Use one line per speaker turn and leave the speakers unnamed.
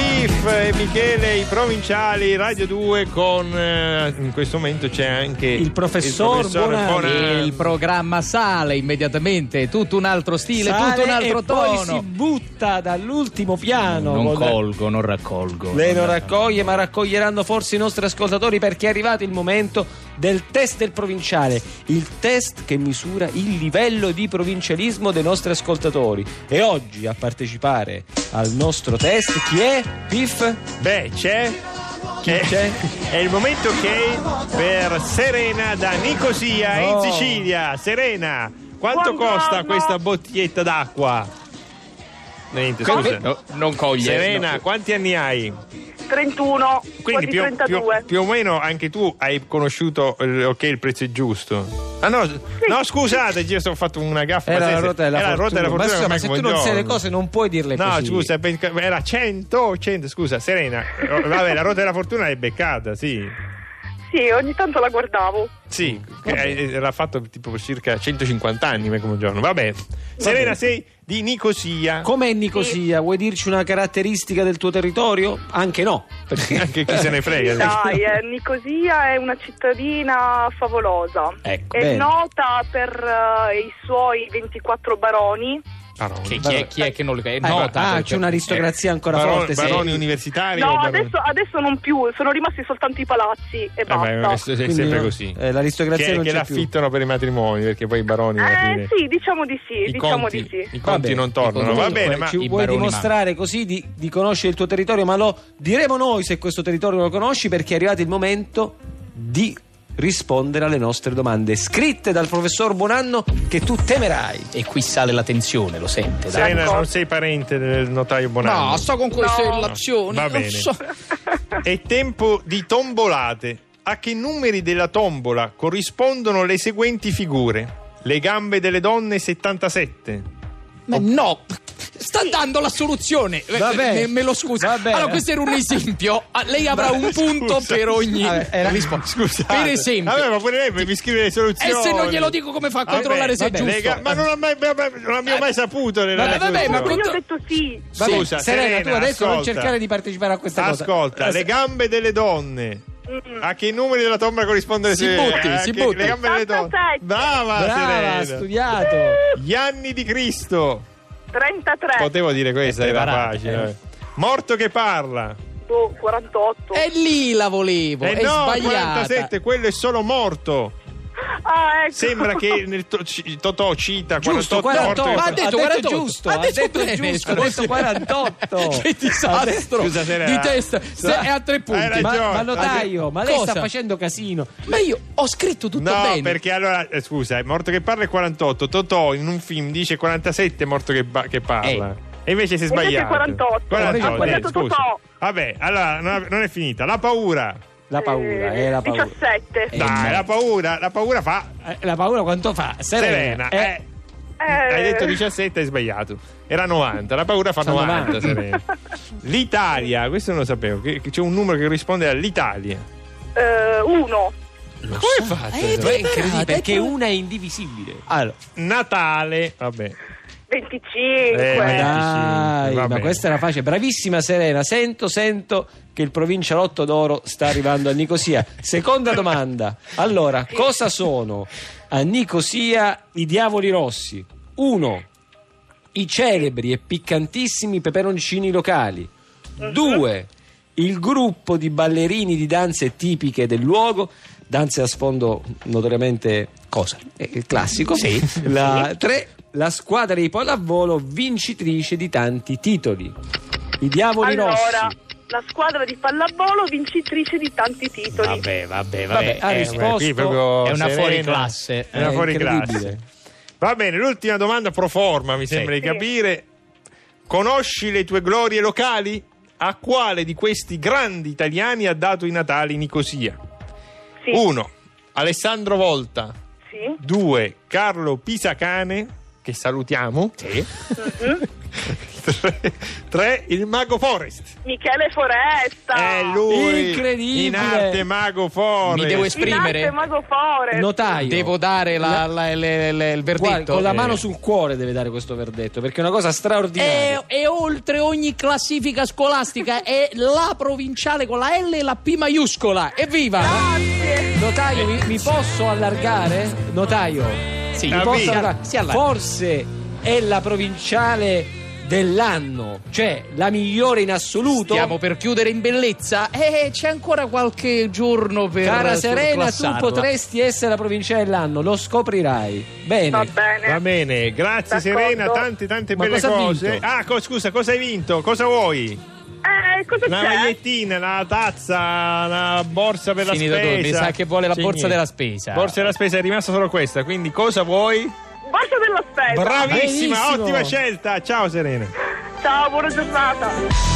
e Michele, i provinciali, Radio 2 con eh, in questo momento c'è anche
Il professor Bonanni.
Bonanni.
Il programma sale immediatamente, tutto un altro stile,
Sale
tutto un altro
e poi si
tono.
butta dall'ultimo
Ah,
piano.
non
Con-
colgo, non raccolgo.
Lei non raccoglie, ma raccoglieranno forse i nostri ascoltatori perché è arrivato il momento del test del provinciale, il test che misura il livello di provincialismo dei nostri ascoltatori. E oggi a partecipare al nostro test chi è? Piff?
Beh, c'è. C'è.
c'è?
È il momento che per Serena da Nicosia
No.
in Sicilia. Serena, quanto
Buongiorno.
costa questa bottiglietta d'acqua? Niente,
Come-
scusa.
No, non coglie.
Serena,
Oh, no.
quanti anni hai?
31, quasi
Quindi più, più-
32.
più o meno anche tu hai conosciuto eh, ok il prezzo è giusto. Ah no, no scusate, io ho fatto una gaffa.
Era la
pazzesca.
ruota della
Era la ruota
fortuna.
della
Ma
fortuna,
scusa, ma se tu non sai le
buongiorno.
cose non puoi dirle
No,
così.
scusa, penca- era 100, 100, scusa, Serena. oh, Vabbè, la ruota della fortuna l'hai beccata, sì.
Sì, ogni tanto la guardavo.
Sì,
Mm,
eh, era fatto tipo per circa 150 anni me come giorno. Vabbè. Serena sei di Nicosia.
Com'è Nicosia? Vuoi dirci una caratteristica del tuo territorio? Anche no, perché
Anche chi se ne frega.
Dai, eh, Nicosia è una cittadina favolosa.
Ecco,
è
bene.
nota per eh, i suoi 24 baroni.
Baroni.
Che- chi, è, chi è che non lo è
Eh,
nota? certo. Eh,
ah,
perché-
c'è un'aristocrazia ancora
Baroni-
forte. sì.
Eh, baroni universitari. o
no,
baroni-
adesso, adesso non più, sono rimasti soltanto i palazzi e
Eh, beh, è
basta.
se- è
Quindi
sempre
no-
così.
eh, l'aristocrazia
che,
non
che
c'è più.
l'affittano per i matrimoni, perché poi i baroni alla
Eh,
fine
sì, diciamo di sì,
i
diciamo
conti,
di sì.
i conti
Vabbè,
non tornano.
i conti
Va
non
bene,
tornano.
ma
Cioè, ci
i
vuoi
baroni
dimostrare così di, di conoscere il tuo territorio, ma lo diremo noi se questo territorio lo conosci, perché è arrivato il momento di rispondere alle nostre domande scritte dal professor Bonanno che tu temerai.
E qui sale la tensione, lo sente. dai.
Serena
d'accordo.
non sei parente del notaio Bonanno.
No, sto con queste
No.
relazioni.
Va
non
bene.
so.
È tempo di tombolate. A che numeri della tombola corrispondono le seguenti figure? Le gambe delle donne 77.
Ma no, sta dando la soluzione. Eh,
Vabbè.
Me, me lo scusa.
Vabbè.
Allora, questo era un esempio. Ah, Lei avrà un punto
scusa.
per ogni
Vabbè,
Eh,
era-
risposta.
Scusate.
Per esempio.
Vabbè, ma pure lei mi scrive le soluzioni.
E se non glielo dico come fa a
Vabbè,
controllare se è
vabbè,
giusto?
le ga- ma non l'ha mai, non l'abbiamo mai saputo. le
Vabbè, vabbè,
soluzioni.
ma
Io
Pronto?
Eh, ho detto sì.
Vabbè,
Scusa,
Serena, tu
Serena,
adesso non
ascolta.
cercare di partecipare a questa cosa. Eh,
Ascolta, le gambe delle donne.
Mm.
A che numeri della tomba corrisponde
Si
Serena?
butti,
Eh,
si
che-
butti.
Le gambe delle donne.
87.
Brava,
Brava, ha
Serena.
studiato.
Gli anni di Cristo.
33,
Potevo dire questa,
Eh,
era
preparate,
facile.
eh.
Morto che parla.
boh, 48.
È lì la volevo,
Boh,
Eh
è
no,
sbagliata.
47, quello è solo morto.
Ah, ecco.
Sembra che nel to- ci- Totò cita
Giusto,
48,
48.
Ma ha
morto.
detto 48.
giusto,
Ha
ha
detto
detto
bene,
giusto, ha detto
scusi.
48.
che disastro
Scusa, Serena.
di testa. Se
Scusa.
è a tre
Hai
punti.
ragione.
Ma,
Ma, ma
Giorgio,
notaio, ma lei sta
Cosa?
facendo casino.
ma io ho scritto tutto
No,
bene.
perché allora, eh, scusa, è morto che parla è 48. Totò in un film dice 47 è morto che, ba- che parla. E invece si è
Invece
sbagliato.
48.
Ha sbagliato
eh, scusa.
Totò.
Vabbè, allora non non è finita. La paura.
La paura,
Eh,
eh, la paura.
17.
Eh,
Dai,
no.
la paura, la paura fa
Eh, La paura quanto fa? Serena.
Serena. eh. Hai detto
Eh,
17, hai sbagliato. Era 90, la paura fa
Sono
90.
90.
Serena. L'Italia, questo non lo sapevo, che, che c'è un numero che risponde all'Italia.
eh, 1.
Come
Eh,
Ma Ah, è incredibile
Preparata,
perché
eh,
una è indivisibile. Allora,
Natale, vabbè.
25.
Eh,
ma
dai,
dai,
va
ma
bene.
questa era facile. Bravissima Serena, sento, sento che il provincia Lotto d'Oro sta arrivando a Nicosia. Seconda domanda. Allora, cosa sono a Nicosia i diavoli rossi? Uno, i celebri e piccantissimi peperoncini locali. Due, il gruppo di ballerini di danze tipiche del luogo, danze a sfondo notoriamente cosa? È il classico. Sì. La, tre, la squadra di pallavolo vincitrice di tanti titoli. I diavoli
Allora,
rossi.
la squadra di pallavolo vincitrice di tanti titoli.
vabbè,
Vabbè, ha
eh,
risposto.
qui proprio
È una
Serena. Eh,
fuoriclasse.
È una
È
fuoriclasse.
Eh, incredibile.
Va bene, l'ultima domanda pro forma, mi sembra di
Sì.
capire. Conosci le tue glorie locali? A quale di questi grandi italiani ha dato i Natali Nicosia?
Sì,
1. Alessandro Volta.
sì.
2. Carlo Pisacane, che salutiamo.
Sì.
3, il mago Forest.
Michele Foresta.
È Eh, lui.
Incredibile.
In arte mago Forest.
Mi devo
In arte
esprimere.
Mago Forest.
Notaio.
Devo dare la- la- le- le- il verdetto.
Guarda, con la
Eh.
mano sul cuore deve dare questo verdetto perché è una cosa straordinaria.
È, è oltre ogni classifica scolastica, è la provinciale con la L e la P maiuscola. Evviva!
Notaio, mi, mi posso allargare? Notaio,
Sì,
mi
Ah,
posso
via.
allargare?
Si allarga.
Forse è la provinciale dell'anno, cioè la migliore in assoluto.
Stiamo per chiudere in bellezza. Eh, c'è ancora qualche giorno per.
Cara Serena, tu
surclassarla.
potresti essere la provinciale dell'anno, lo scoprirai. Bene.
Va bene.
Va bene, grazie
D'accordo.
Serena, tante tante
Ma
belle
cosa ha
cose.
vinto?
Ah, co- scusa, cosa hai vinto? Cosa vuoi?
Eh, cosa
Una
c'è?
magliettina, una tazza, una borsa per
Finito
la
tutto,
spesa.
mi sa che vuole la
C'è
borsa
niente.
della spesa.
Borsa della spesa è rimasta solo questa, quindi cosa vuoi?
Borsa della spesa.
Bravissima,
Benissimo.
ottima scelta. Ciao Serena.
Ciao, buona giornata.